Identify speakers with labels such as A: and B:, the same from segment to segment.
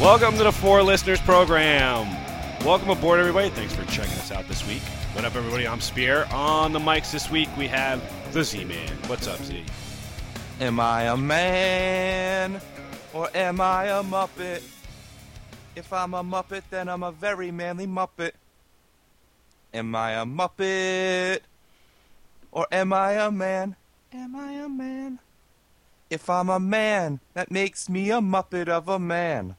A: Welcome to the Four Listeners Program. Welcome aboard, everybody. Thanks for checking us out this week. What up, everybody? I'm Spear. On the mics this week, we have the Z Man. What's up, Z?
B: Am I a man or am I a muppet? If I'm a muppet, then I'm a very manly muppet. Am I a muppet or am I a man? Am I a man? If I'm a man, that makes me a muppet of a man.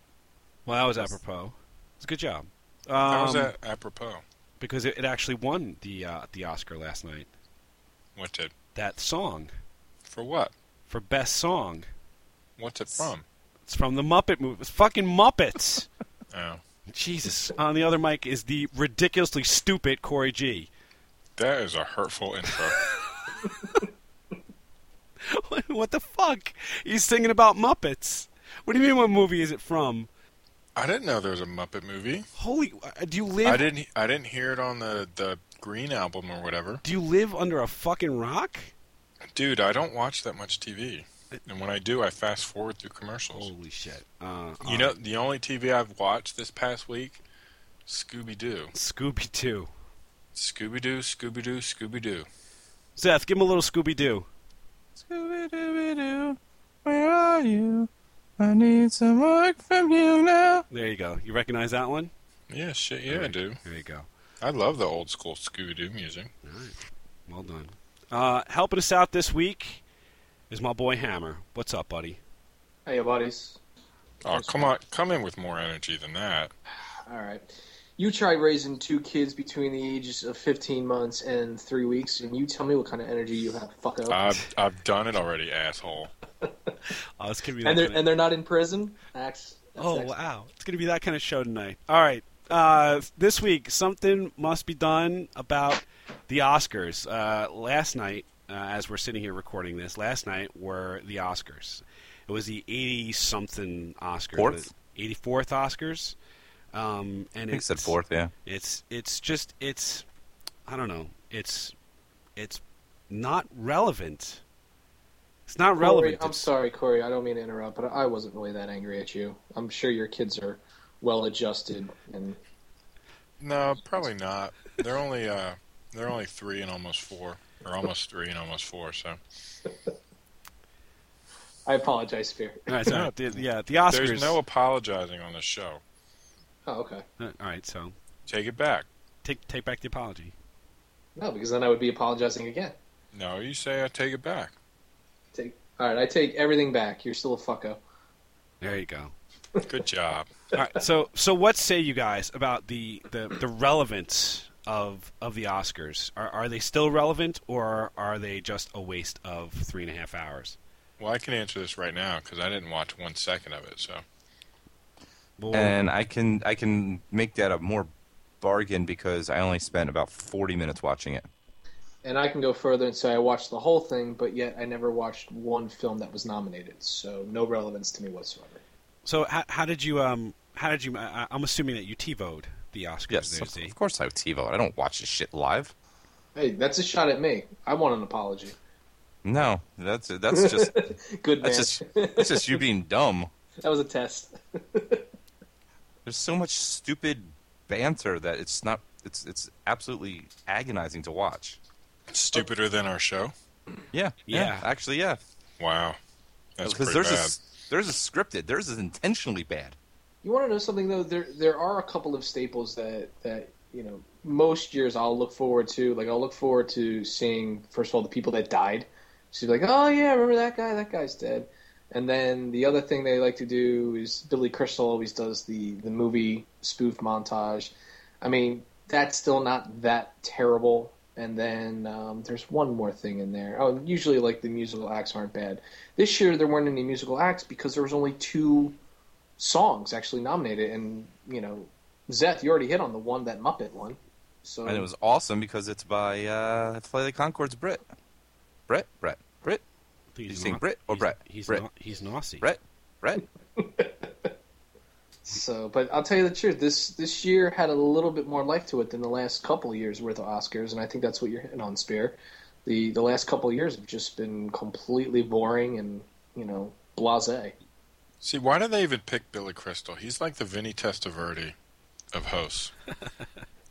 A: Well, that was apropos. It's a good job. Um,
C: How was that apropos?
A: Because it, it actually won the uh, the Oscar last night.
C: What did?
A: That song
C: For what?
A: for best song.
C: What's it from?
A: It's from the Muppet movie. It's fucking Muppets.
C: Oh.
A: Jesus. On the other mic is the ridiculously stupid Corey G.
C: That is a hurtful intro.
A: what the fuck? He's singing about Muppets. What do you mean? What movie is it from?
C: I didn't know there was a Muppet movie.
A: Holy, uh, do you
C: I
A: live?
C: didn't I didn't hear it on the, the Green album or whatever.
A: Do you live under a fucking rock?
C: Dude, I don't watch that much TV. And when I do, I fast forward through commercials.
A: Holy shit! Uh,
C: You know, the only TV I've watched this past week, Scooby Doo.
A: Scooby Doo.
C: Scooby Doo, Scooby Doo, Scooby Doo.
A: Seth, give him a little Scooby Doo.
B: Scooby Dooby Doo, where are you? I need some work from you now.
A: There you go. You recognize that one?
C: Yeah, shit, yeah, I
A: Alright,
C: do.
A: There you go.
C: I love the old school Scooby Doo music.
A: Well done. Uh, helping us out this week is my boy Hammer. What's up, buddy?
D: Hey, your buddies.
C: Oh, come on, come in with more energy than that.
D: All right. You try raising two kids between the ages of 15 months and three weeks, and you tell me what kind of energy you have. Fuck up.
C: I've I've done it already, asshole.
A: Oh, it's gonna be that
D: and they're
A: kind of-
D: and they're not in prison. Acts. that's
A: Oh
D: acts.
A: wow, it's gonna be that kind of show tonight. All right, uh, this week something must be done about the Oscars. Uh, last night, uh, as we're sitting here recording this, last night were the Oscars. It was the eighty something Oscars,
B: Fourth?
A: eighty fourth Oscars, um, and
B: I think
A: it's
B: said fourth, yeah.
A: It's it's just it's I don't know. It's it's not relevant. It's not relevant.
D: Corey, I'm
A: It's-
D: sorry, Corey. I don't mean to interrupt, but I wasn't really that angry at you. I'm sure your kids are well adjusted, and
C: No, probably not. They're only uh, they're only three and almost four, or almost three and almost four. So
D: I apologize, Spear.
A: All right, sorry. The- yeah, the Oscars.
C: there's no apologizing on this show.
D: Oh, okay.
A: All right, so
C: Take it back.
A: take take back the apology.
D: No, because then I would be apologizing again.
C: No, you say I take it back.
D: Take. All right, I take everything back. You're still a fucko.
A: There you go.
C: Good job.
A: All right, so so what say you guys about the the, the relevance of of the Oscars? Are are they still relevant, or are they just a waste of three and a half hours?
C: Well, I can answer this right now because I didn't watch one second of it. So
A: Well,
B: and I can I can make that a more bargain because I only spent about forty minutes watching it.
D: And I can go further and say I watched the whole thing, but yet I never watched one film that was nominated, so no relevance to me whatsoever.
A: so how, how did you um how did you? I, I'm assuming that you TiVoed the Oscars.
B: Yes,
A: there,
B: of,
A: Z.
B: of course I have TiVo. I don't watch this shit live.
D: Hey, that's a shot at me. I want an apology.
B: No, that's that's just
D: Good man.
B: that's just that's just you being dumb.
D: that was a test.
B: There's so much stupid banter that it's not it's it's absolutely agonizing to watch.
C: stupider than our show.
B: Yeah,
A: Yeah.
B: actually, yeah,
C: Wow, that's
B: because
C: pretty
B: there's a
C: bad.
B: s- there's a scripted, there's is intentionally bad.
D: You want to know something though? There there are a couple of staples that that you know most years I'll look forward to. Like I'll look forward to seeing first of all the people that died. So you're like, oh yeah, remember that guy? That guy's dead. And then the other thing they like to do is Billy Crystal always does the the movie spoof montage. I mean, that's still not that terrible. And then um, there's one more thing in there. Oh, usually like the musical acts aren't bad. This year there weren't any musical acts because there was only two songs actually nominated, and you know, Zeth, you already hit on the one that Muppet won. So
B: And it was awesome because it's by uh, Fly the Concords, Brit, Brit, Brit, Brit,
A: I think
B: You
A: he's
B: sing
A: na-
B: Brit or
A: he's-
B: Brett?
A: He's
B: Brit.
A: na- he's Nazi.
B: Brit, Brit.
D: so, but I'll tell you the truth. This this year had a little bit more life to it than the last couple of years worth of Oscars, and I think that's what you're hitting on, Spear. The the last couple of years have just been completely boring and you know blase.
C: See, why did they even pick Billy Crystal? He's like the Vinny Testaverde of hosts.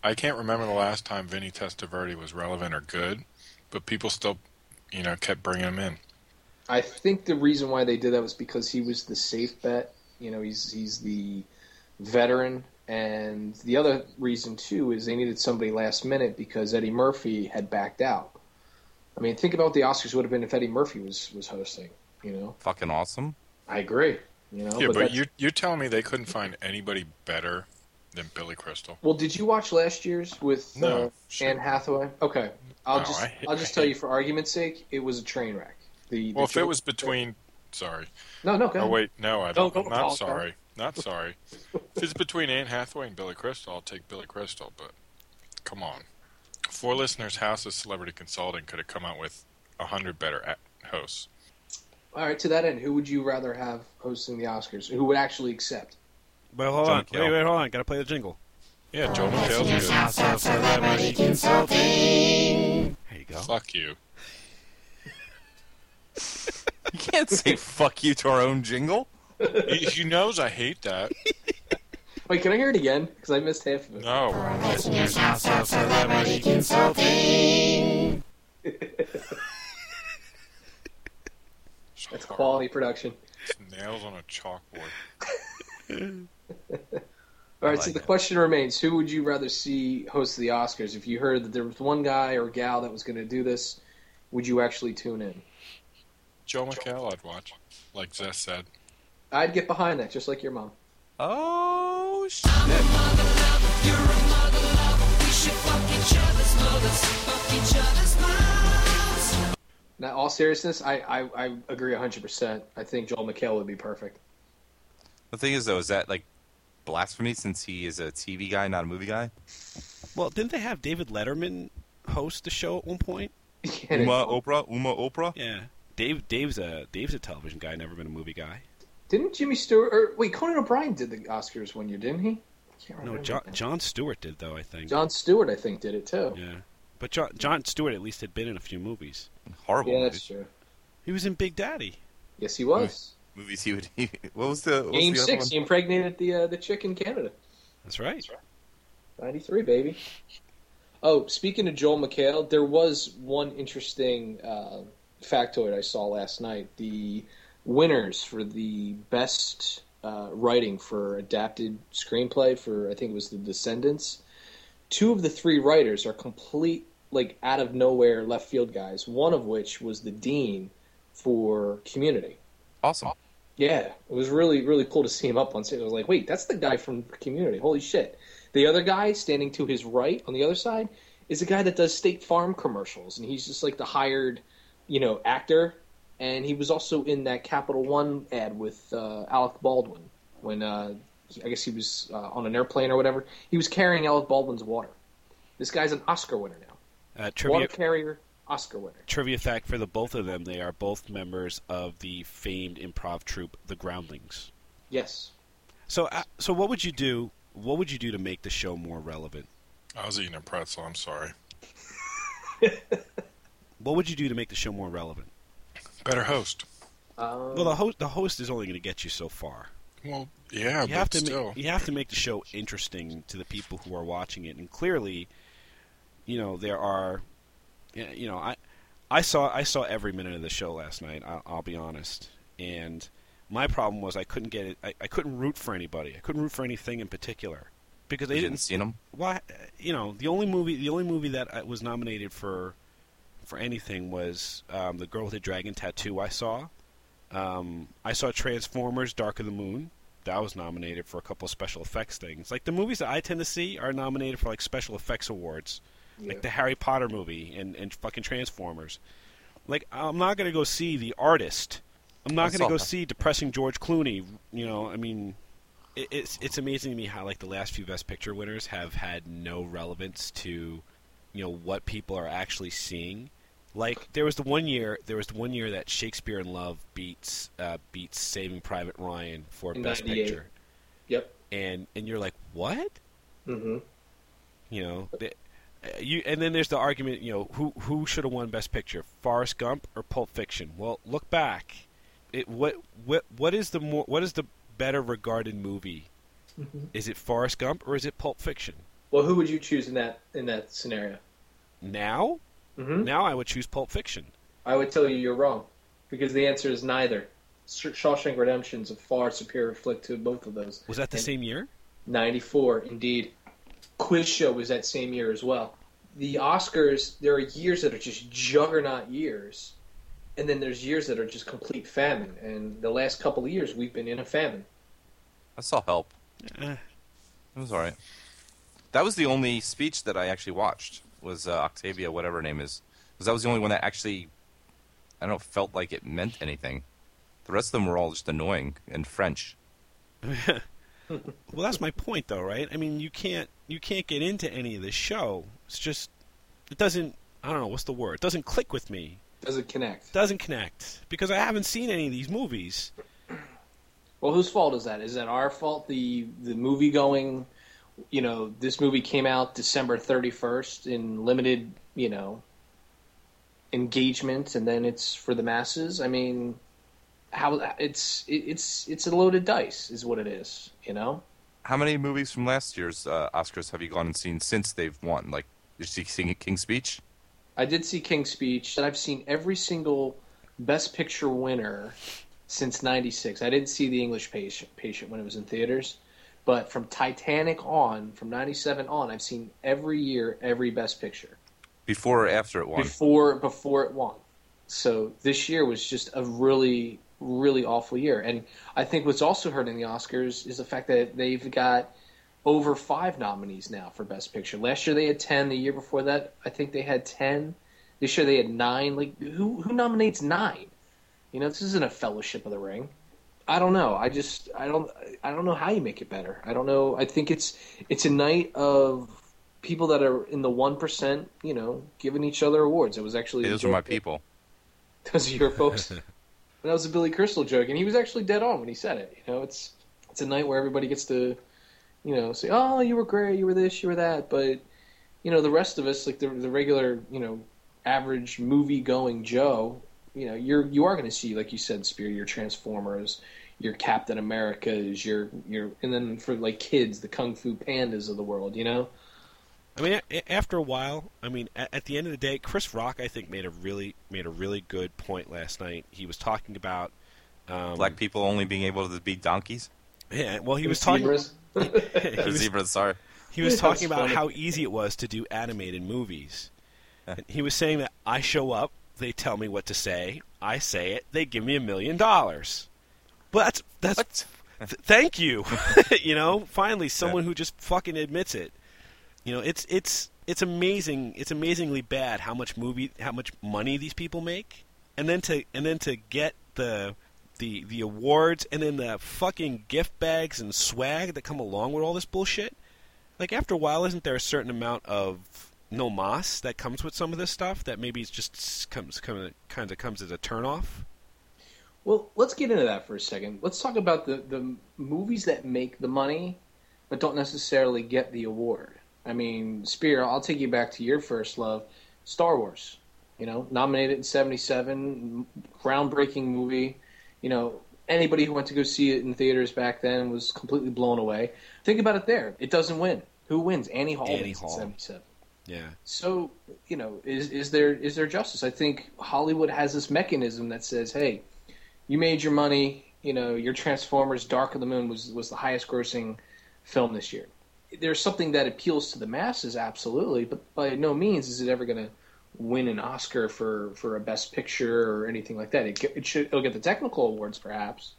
C: I can't remember the last time Vinny Testaverde was relevant or good, but people still, you know, kept bringing him in.
D: I think the reason why they did that was because he was the safe bet. You know, he's he's the veteran, and the other reason too is they needed somebody last minute because Eddie Murphy had backed out. I mean, think about what the Oscars would have been if Eddie Murphy was was hosting. You know,
B: Fucking awesome.
D: I agree. You know,
C: yeah, but,
D: Oh, that's-
C: you're, you're telling me they couldn't find anybody better than Billy Crystal?
D: Well, did you watch last year's with
C: No,
D: uh,
C: sure.
D: Anne Hathaway? Okay, I'll
C: No,
D: just
C: I-
D: I'll just tell you for argument's sake, it was a train wreck. The, the
C: Well, if it
D: joke-
C: was between. Sorry.
D: no, no,
C: Oh,
D: go ahead.
C: wait. No, I
D: Don't
C: don't.
D: go
C: not
D: apologize.
C: sorry. Not sorry. if it's between Anne Hathaway and Billy Crystal, I'll take Billy Crystal, but come on. Four Listeners House of Celebrity Consulting could have come out with a 100 better a- hosts.
D: All right, to that end, who would you rather have hosting the Oscars? Who would actually accept?
A: But hold
B: John
A: on,
B: McHale.
A: wait, wait, hold on. Gotta play the jingle. Oh,
C: Yeah, Joel McHale's good.
A: There you go.
C: Fuck you.
B: You can't say fuck you to our own jingle.
C: He, he knows I hate that.
D: Wait, can I hear it again? Because I missed half of it.
C: No.
D: That's quality production.
C: Nails on a chalkboard.
D: All right,
B: I
D: so
B: like
D: the
B: it.
D: question remains: Who would you rather see host the Oscars? If you heard that there was one guy or gal that was going to do this, would you actually tune in?
C: Joe McHale, I'd watch. Like Zess said.
D: I'd get behind that, just like your mom.
B: Oh shit!
D: Now, all seriousness, I, I, I agree 100%. I think Joel McHale would be perfect.
B: The thing is, though, is that like blasphemy since he is a TV guy, not a movie guy?
A: Well, didn't they have David Letterman host the show at one point?
D: And
B: Uma
D: it-
B: Oprah, Uma Oprah.
A: Yeah. Dave Dave's a Dave's a television guy, never been a movie guy.
D: didn't Jimmy Stewart? Or, wait, Conan O'Brien did the Oscars one year, didn't he? I can't
A: No,
D: remember.
A: John, John Stewart did though, I think.
D: John Stewart, I think, did it too.
A: Yeah. But John, John Stewart at least had been in a few movies.
B: Horrible
D: Yeah,
B: movies.
D: that's true.
A: He was in Big Daddy.
D: Yes, he was.
B: movies. He would. He, what was the what
D: Game
B: was the
D: six,
B: Other
D: he impregnated the uh, the chick in Canada.
A: That's right.
D: 93, baby. Oh, speaking of Joel McHale, there was one interesting uh, factoid I saw last night. The winners for the best uh, writing for adapted screenplay for, I think it was The Descendants. Two of the three writers are complete, like, out of nowhere left field guys, one of which was the dean for Community.
B: one? Awesome.
D: Yeah, it was really really cool to see him up on stage. I was like, wait, that's the guy from Community. Holy shit! The other guy standing to his right on the other side is a guy that does State Farm commercials, and he's just like the hired, you know, actor. And he was also in that Capital One ad with uh, Alec Baldwin when uh, he- I guess he was uh, on an airplane or whatever. He was carrying Alec Baldwin's water. This guy's an Oscar winner now.
A: Uh,
D: Water
A: trivia
D: carrier, Oscar winner.
A: trivia fact for the both of them: they are both members of the famed improv troupe, the Groundlings.
D: Yes.
A: So, uh, so what would you do? What would you do to make the show more relevant?
C: I was eating a pretzel. I'm sorry.
A: What would you do to make the show more relevant?
C: Better host.
D: Um,
A: Well, the host the host is only going to get you so far.
C: Well, yeah,
A: You
C: but
A: have to
C: still.
A: ma- you have to make the show interesting to the people who are watching it, and clearly, you know there are, yeah, you know I I saw I saw every minute of the show last night. I'll, I'll be honest, and my problem was I couldn't get it. I, I couldn't root for anybody. I couldn't root for anything in particular because they
C: Mm-hmm.
B: You
A: didn't
B: didn't see him.
A: why you know the only movie the only movie that I- was nominated for for anything was um, the girl with the dragon tattoo I saw. Um, I saw Transformers: Dark of the Moon. That was nominated for a couple of special effects things. Like the movies that I tend to see are nominated for like special effects awards,
D: yeah.
A: like the Harry Potter movie and and fucking Transformers. Like I'm not gonna go see the artist. I'm
B: I
A: not
B: saw
A: gonna go
B: that.
A: see depressing George Clooney. You know, I mean, it, it's it's amazing to me how like the last few Best Picture winners have had no relevance to, you know, what people are actually seeing. Like there was the one year there was the one year that Shakespeare in Love beats uh, beats Saving Private Ryan for
D: In
A: Best
D: 98.
A: Picture,
D: Yep.
A: and and you're like, what?
D: hmm
A: You know, they, uh, you and then there's the argument. You know, who who should have won Best Picture, Forrest Gump or Pulp Fiction? Well, look back. it what what what is the more what is the better regarded movie?
D: Mhm.
A: Is it Forrest Gump or is it Pulp Fiction?
D: Well, who would you choose in that in that scenario?
A: Now,
D: hmm
A: now I would choose Pulp Fiction.
D: I would tell you you're wrong, because the answer is neither. Sh- Shawshank Redemption is a far superior flick to both of those.
A: Was that the
D: And-
A: same year?
D: 94, indeed. Quiz Show was that same year as well. The Oscars, there are years that are just juggernaut years, and then there's years that are just complete famine. And the last couple of years, we've been in a famine.
B: I saw Help.
A: Eh.
B: It was all right. That was the only speech that I actually watched. Was uh, Octavia, whatever her name is, because that was the only one that actually, I don't know, felt like it meant anything. The rest of them were all just annoying and French.
A: Well, that's my point, though, right? I mean, you can't you can't get into any of this show. It's just it doesn't. I don't know what's the word. It doesn't click with me.
D: Does it connect?
A: doesn't connect because I haven't seen any of these movies.
D: Well, whose fault is that? Is that our fault? The the movie going, you know, this movie came out December 31st in limited, you know, engagement, and then it's for the masses. I mean, how it's it, it's it's a loaded dice, is what it is. You know,
B: How many movies from last year's uh, Oscars have you gone and seen since they've won? Like, did you see King's Speech?
D: I did see King's Speech, and I've seen every single Best Picture winner since '96. I didn't see The English Patient, Patient when it was in theaters, but from Titanic on, from '97 on, I've seen every year every Best Picture
B: Before or after it won?
D: before before it won. So this year was just a really really awful year, and I think what's also hurting the Oscars is the fact that they've got over five nominees now for Best Picture. Last year they had ten. The year before that, I think they had ten. This year they had nine. Like who who nominates nine? You know, this isn't a Fellowship of the Ring. I don't know. I just I don't I don't know how you make it better. I don't know. I think it's it's a night of people that are in the one percent. You know, giving each other awards. It was actually
B: Those were my people.
D: Those are your folks. And that was a Billy Crystal joke, and he was actually dead on when he said it. You know, it's it's a night where everybody gets to, you know, say, oh, you were great, you were this, you were that, but you know, the rest of us, like the the regular, you know, average movie going Joe, you know, you're you are going to see, like you said, Spear, your Transformers, your Captain Americas, your your, and then for like kids, the Kung Fu Pandas of the world, you know.
A: I mean, a- a- after a while, I mean, at, at the end of the day, Chris Rock, I think, made a really made a really good point last night. He was talking about um,
B: Black people only being able to be donkeys.
A: Yeah, well, he was talking.
D: Zebras.
A: he was,
B: Zebras, sorry.
A: he was
D: That's
A: talking about
D: funny.
A: how easy it was to do animated movies. And he was saying that I show up, they tell me what to say, I say it, they give me a million dollars. But that's that's
B: What?
A: Th- thank you. you know, finally someone who just fucking admits it. You know, it's it's it's amazing. It's amazingly bad how much movie how much money these people make. And then to and then to get the the the awards and then the fucking gift bags and swag that come along with all this bullshit. Like after a while isn't there a certain amount of no mas that comes with some of this stuff that maybe it's just s- comes kind of kind of comes as a turnoff?
D: Well, let's get into that for a second. Let's talk about the, the movies that make the money but don't necessarily get the award. I mean, Spear, I'll take you back to your first love, Star Wars. You know, nominated in 77, groundbreaking movie. You know, anybody who went to go see it in theaters back then was completely blown away. Think about it there. It doesn't win. Who wins? Annie Hall
A: Annie
D: wins in
A: Hall.
D: 77.
A: Yeah.
D: So you know, is is there is there justice? I think Hollywood has this mechanism that says, "Hey, you made your money. You know, your Transformers: Dark of the Moon was was the highest grossing film this year." There's something that appeals to the masses, absolutely, but by no means is it ever going to win an Oscar for for a Best Picture or anything like that. It, ge- it should it'll get the technical awards perhaps,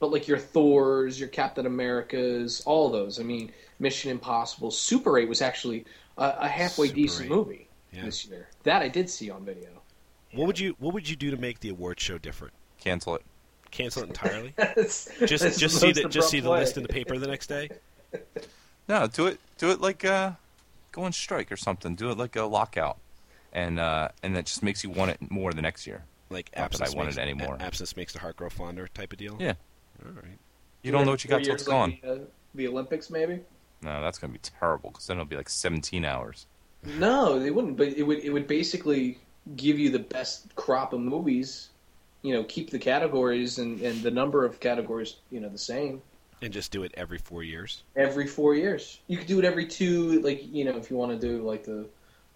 D: but like your Thor's, your Captain Americas, all those. I mean, Mission Impossible, Super 8 was actually a, a halfway
A: Super
D: decent
A: 8.
D: movie
A: Yeah.
D: this year. That I did see on video.
A: What would you what would you do to make the award show different?
B: Cancel it.
A: cancel it entirely.
D: That's-
A: Just
D: that's
A: just
D: the
A: see
D: most
A: the just see the
D: abrupt
A: list
D: way.
A: in the paper the next day.
B: No, do it. Do it like uh, go on strike or something. Do it like a lockout, and uh, and that just makes you want it more the next year.
A: Like
B: Not that
A: absence
B: I want
A: makes,
B: it anymore.
A: a- absence makes the heart grow fonder type of deal.
B: Yeah.
A: All right.
B: You don't know what you got till
D: Four
B: it's
D: years like
B: gone.
D: The, uh, the Olympics, maybe?
B: No, that's gonna be terrible because then it'll be like 17 hours.
D: No, they wouldn't. But it would it would basically give you the best crop of movies you know keep the categories and, and the number of categories you know the same
A: and just do it every four years.
D: every four years. You could do it every two, like you know, if you want to do like the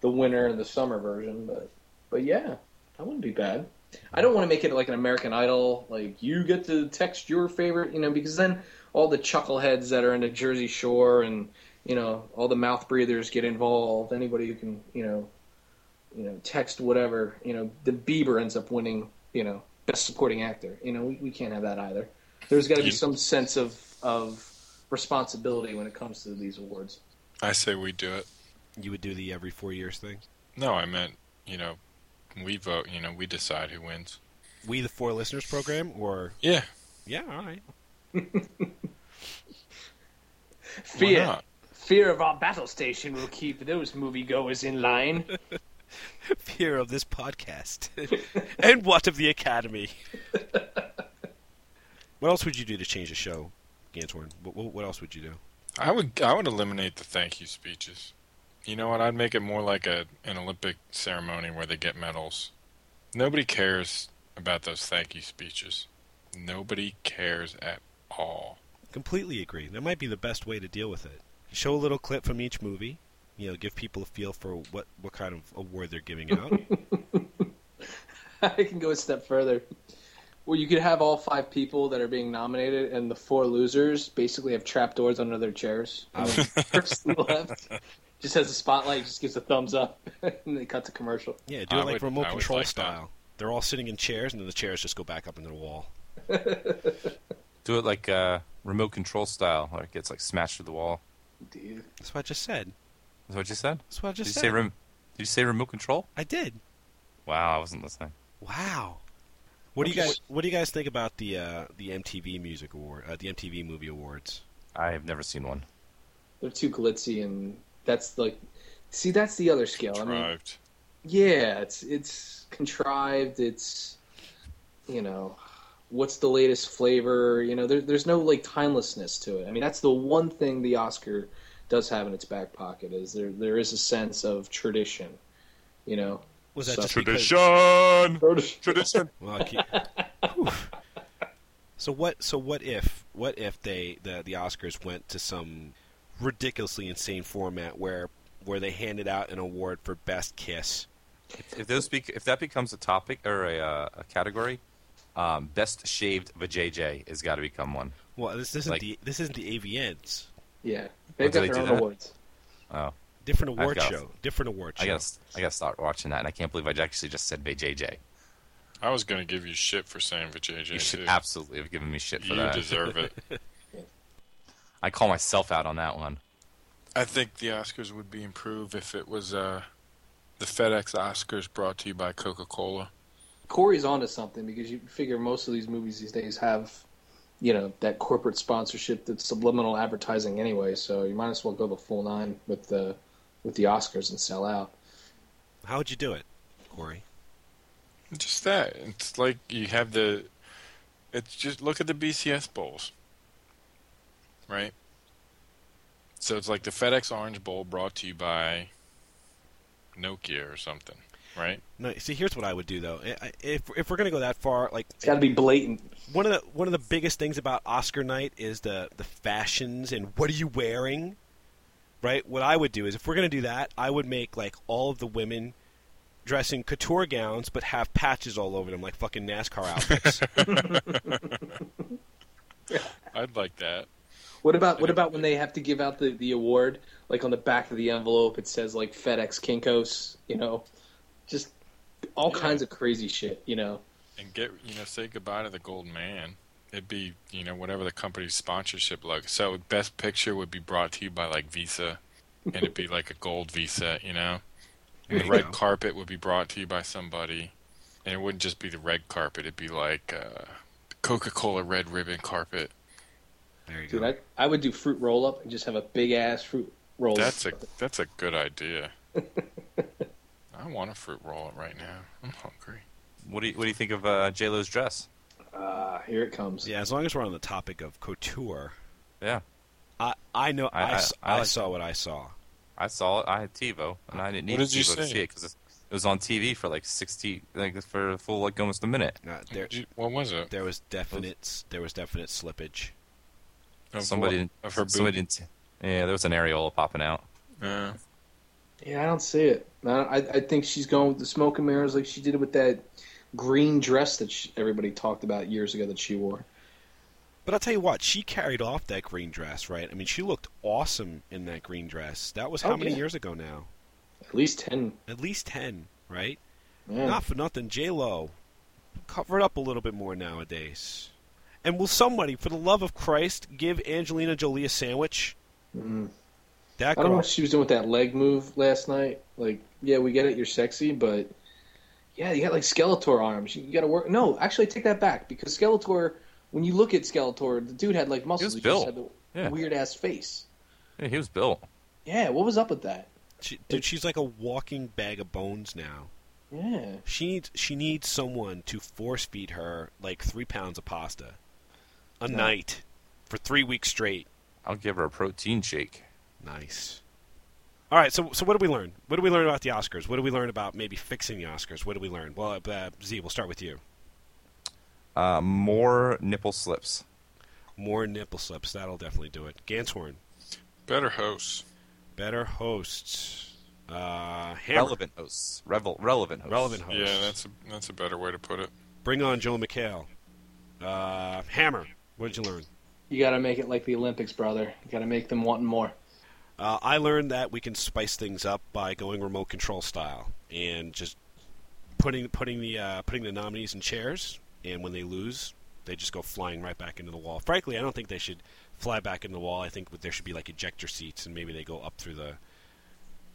D: the winter and the summer version. But but yeah, that wouldn't be bad. I don't want to make it like an American Idol, like you get to text your favorite, you know, because then all the chuckleheads that are into Jersey Shore and you know all the mouth breathers get involved. Anybody who can, you know, you know, text whatever, you know, the Bieber ends up winning, you know, best supporting actor. You know, we, we can't have that either. There's got to be
C: You-
D: some sense of of responsibility when it comes to these awards.
C: I say we do it.
A: You would do the every four years thing.
C: No, I meant you know we vote. You know we decide who wins.
A: We the four listeners program, or
C: Yeah,
A: yeah, all right.
C: why
D: Fear,
C: not?
D: fear of our battle station will keep those moviegoers in line.
A: Fear of this podcast, and what of the Academy? what else would you do to change the show, Gantorn? What, what, what else would you do?
C: I would I would eliminate the thank you speeches. You know what? I'd make it more like a an Olympic ceremony where they get medals. Nobody cares about those thank you speeches. Nobody cares at all.
A: Completely agree. That might be the best way to deal with it. Show a little clip from each movie. You know, give people a feel for what what kind of award they're giving out.
D: I can go a step further. Well, you could have all five people that are being nominated, and the four losers basically have trapdoors under their chairs.
C: Oh.
D: And then the person left just has a spotlight, just gives a thumbs up, and they cut to commercial.
A: yeah, do
C: I
A: it like
C: would-
A: remote
C: I would
A: control
C: like that.
A: style. They're all sitting in chairs, and then the chairs just go back up into the wall.
B: Do it like uh, remote control style, where it gets like smashed through the wall.
D: Dude,
A: That's what I just said.
B: Is what you said?
A: That's what I
B: Did you
A: just
B: say
A: said.
B: rem- Did you say remote control?
A: I did.
B: Wow, I wasn't listening.
A: Wow. What do you
D: Okay.
A: guys What do you guys think about the uh, the MTV Music Award, uh, the MTV Movie Awards?
B: I have never seen one.
D: they're too glitzy, and that's like, see, that's the other scale. I mean,
C: Thrived.
D: Yeah, it's it's contrived. It's you know, what's the latest flavor? You know, there, there's no like timelessness to it. I mean, that's the one thing the Oscar does have in its back pocket is there there is a sense of tradition. You know,
A: Was that
D: So-
A: just Because,
B: Tradition. Tradition.
A: well, I keep- Oof. so what? So what if? What if they the the Oscars went to some ridiculously insane format where where they handed out an award for best kiss?
B: if those bec if that becomes a topic or a, uh, a category, um, best shaved vajayjay has got to become one.
A: Well, this isn't
B: Like-
A: the this isn't the AVNs.
D: yeah, they've
B: Oh, do
D: got
B: they
D: their
B: do
D: own
B: that?
D: awards.
B: Oh,
A: Different award
B: got-
A: show. Different award show.
B: I gotta s- I gotta start watching that, and I can't believe I actually just said vajayjay.
C: I was going to give you shit for saying vajayjay.
B: You should
C: too.
B: absolutely have given me shit for
C: You
B: that.
C: deserve it.
B: I call myself out on that one.
C: I think the Oscars would be improved if it was uh, the FedEx Oscars brought to you by Coca Cola.
D: Corey's onto something because you figure most of these movies these days have, you know, that corporate sponsorship, that subliminal advertising anyway. So you might as well go the full nine with the with the Oscars and sell out.
A: How would you do it, Corey?
C: Just that. It's like you have the. It's just look at the BCS bowls, right? So it's like the FedEx Orange Bowl brought to you by Nokia or something, right?
A: No, see, here's what I would do though. I- I- If if we're gonna go that far, like
D: It's got to be blatant.
A: one of the one of the biggest things about Oscar night is the the fashions and what are you wearing, right? What I would do is if we're gonna do that, I would make like all of the women dress in couture gowns but have patches all over them, like fucking NASCAR outfits.
C: I'd like that.
D: What about what about when they have to give out the, the award? Like on the back of the envelope, it says like FedEx Kinkos. You know, just all
C: Yeah.
D: kinds of crazy shit. You know,
C: and get you know say goodbye to the gold man it'd be you know whatever the company's sponsorship logo so best picture would be brought to you by like visa and it'd be like a gold visa you know and
A: There
C: the
A: you
C: red
A: go.
C: carpet would be brought to you by somebody and it wouldn't just be the red carpet it'd be like uh, coca-cola red ribbon carpet
A: there you
D: dude,
A: go.
D: I, I would do fruit roll up and just have a big ass fruit roll.
C: that's a that's a good idea i want a fruit roll up right now i'm hungry
B: What do you What do you think of uh, J Lo's dress?
D: Ah, here it comes.
A: Yeah, as long as we're on the topic of couture,
B: Yeah,
A: I I know
B: I-
A: I,
B: I-
A: s-
B: I
A: I
B: like
A: saw what I saw.
B: I saw it. I had TiVo, and I didn't need
C: What did you
B: TiVo to
C: say?
B: see it because It was on TV for like sixty, like for a full like almost a minute.
A: Uh, there,
C: Gee, What was it?
A: there was definite, there was definite slippage.
C: Of
B: somebody,
C: what?
B: didn't-
C: of her boob.
B: somebody, didn't, yeah, there was an areola popping out.
C: Yeah.
D: Yeah, I don't see it. I, I, I think she's going with the smoke and mirrors like she did with that green dress that she, everybody talked about years ago that she wore.
A: But I'll tell you what, she carried off that green dress, right? I mean, she looked awesome in that green dress. That was how
D: Oh,
A: many
D: yeah.
A: years ago now?
D: At least ten.
A: At least ten, right?
D: Yeah.
A: Not for nothing, J Lo. Cover it up a little bit more nowadays. And will somebody, for the love of Christ, give Angelina Jolie a sandwich?
D: Mm.
A: That
D: I don't know
A: girl.
D: what she was doing with that leg move last night. Like, yeah, we get it, you're sexy, but yeah, you got like Skeletor arms. You got to work. No, actually, take that back because Skeletor. When you look at Skeletor, the dude had like muscles.
B: was
D: He
B: built.
D: just had the
B: Yeah.
D: weird ass face.
B: Yeah, he was built.
D: Yeah, what was up with that?
A: She, dude, she's like a walking bag of bones now.
D: Yeah,
A: She needs she needs someone to force feed her like three pounds of pasta a
D: Yeah.
A: night for three weeks straight.
B: I'll give her a protein shake.
A: Nice. All right, so so what did we learn? What did we learn about the Oscars? What did we learn about maybe fixing the Oscars? What did we learn? Well, uh, Z, we'll start with you.
B: Uh, more nipple slips.
A: More nipple slips. That'll definitely do it. Ganshorn,
C: Better hosts.
A: better hosts. Uh, Hammer,
B: Relevant hosts. Revel, relevant hosts.
A: relevant hosts.
C: Yeah, that's a, that's a better way to put it.
A: Bring on Joe McHale. Uh, Hammer, what did you learn?
D: you got to make it like the Olympics, brother. You got to make them wanting more.
A: Uh, I learned that we can spice things up by going remote control style and just putting putting the uh, putting the nominees in chairs, and when they lose, they just go flying right back into the wall. Frankly, I don't think they should fly back into the wall. I think there should be like ejector seats, and maybe they go up through the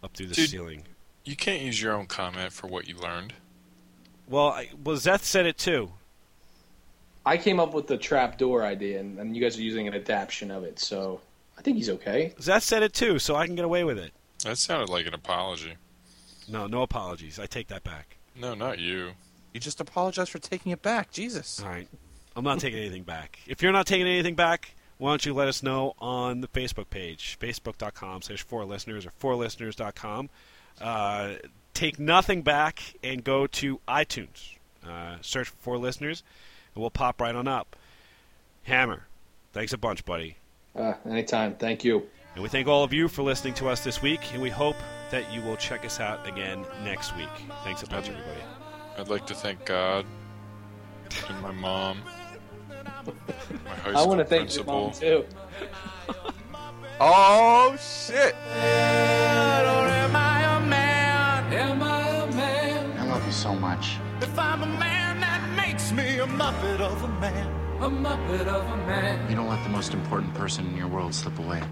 A: up through the
C: Dude.
A: ceiling.
C: You can't use your own comment for what you learned.
A: Well, I, well, Zeth said it too.
D: I came up with the trap door idea, and, and you guys are using an adaptation of it, so I think he's okay.
A: Zeth said it too, so I can get away with it.
C: That sounded like an apology.
A: No, no apologies. I take that back.
C: No, not you.
B: You just apologize for taking it back. Jesus.
A: All right. I'm not taking anything back. If you're not taking anything back, why don't you let us know on the Facebook page, facebook.com slash four listeners or fourlisteners.com. Uh, take nothing back and go to iTunes. Uh, search for four listeners, and we'll pop right on up. Hammer, thanks a bunch, buddy.
D: Uh, anytime. Thank you.
A: And we thank all of you for listening to us this week, and we hope that you will check us out again next week. Thanks a bunch, everybody.
C: I'd like to thank God and my mom, my high
D: I
C: school
D: want to thank your
C: principal.
D: mom too.
B: Oh shit.
E: I love you so much.
F: If I'm a man, that makes me a Muppet of a man. A Muppet of a man.
E: You don't let the most important person in your world slip away.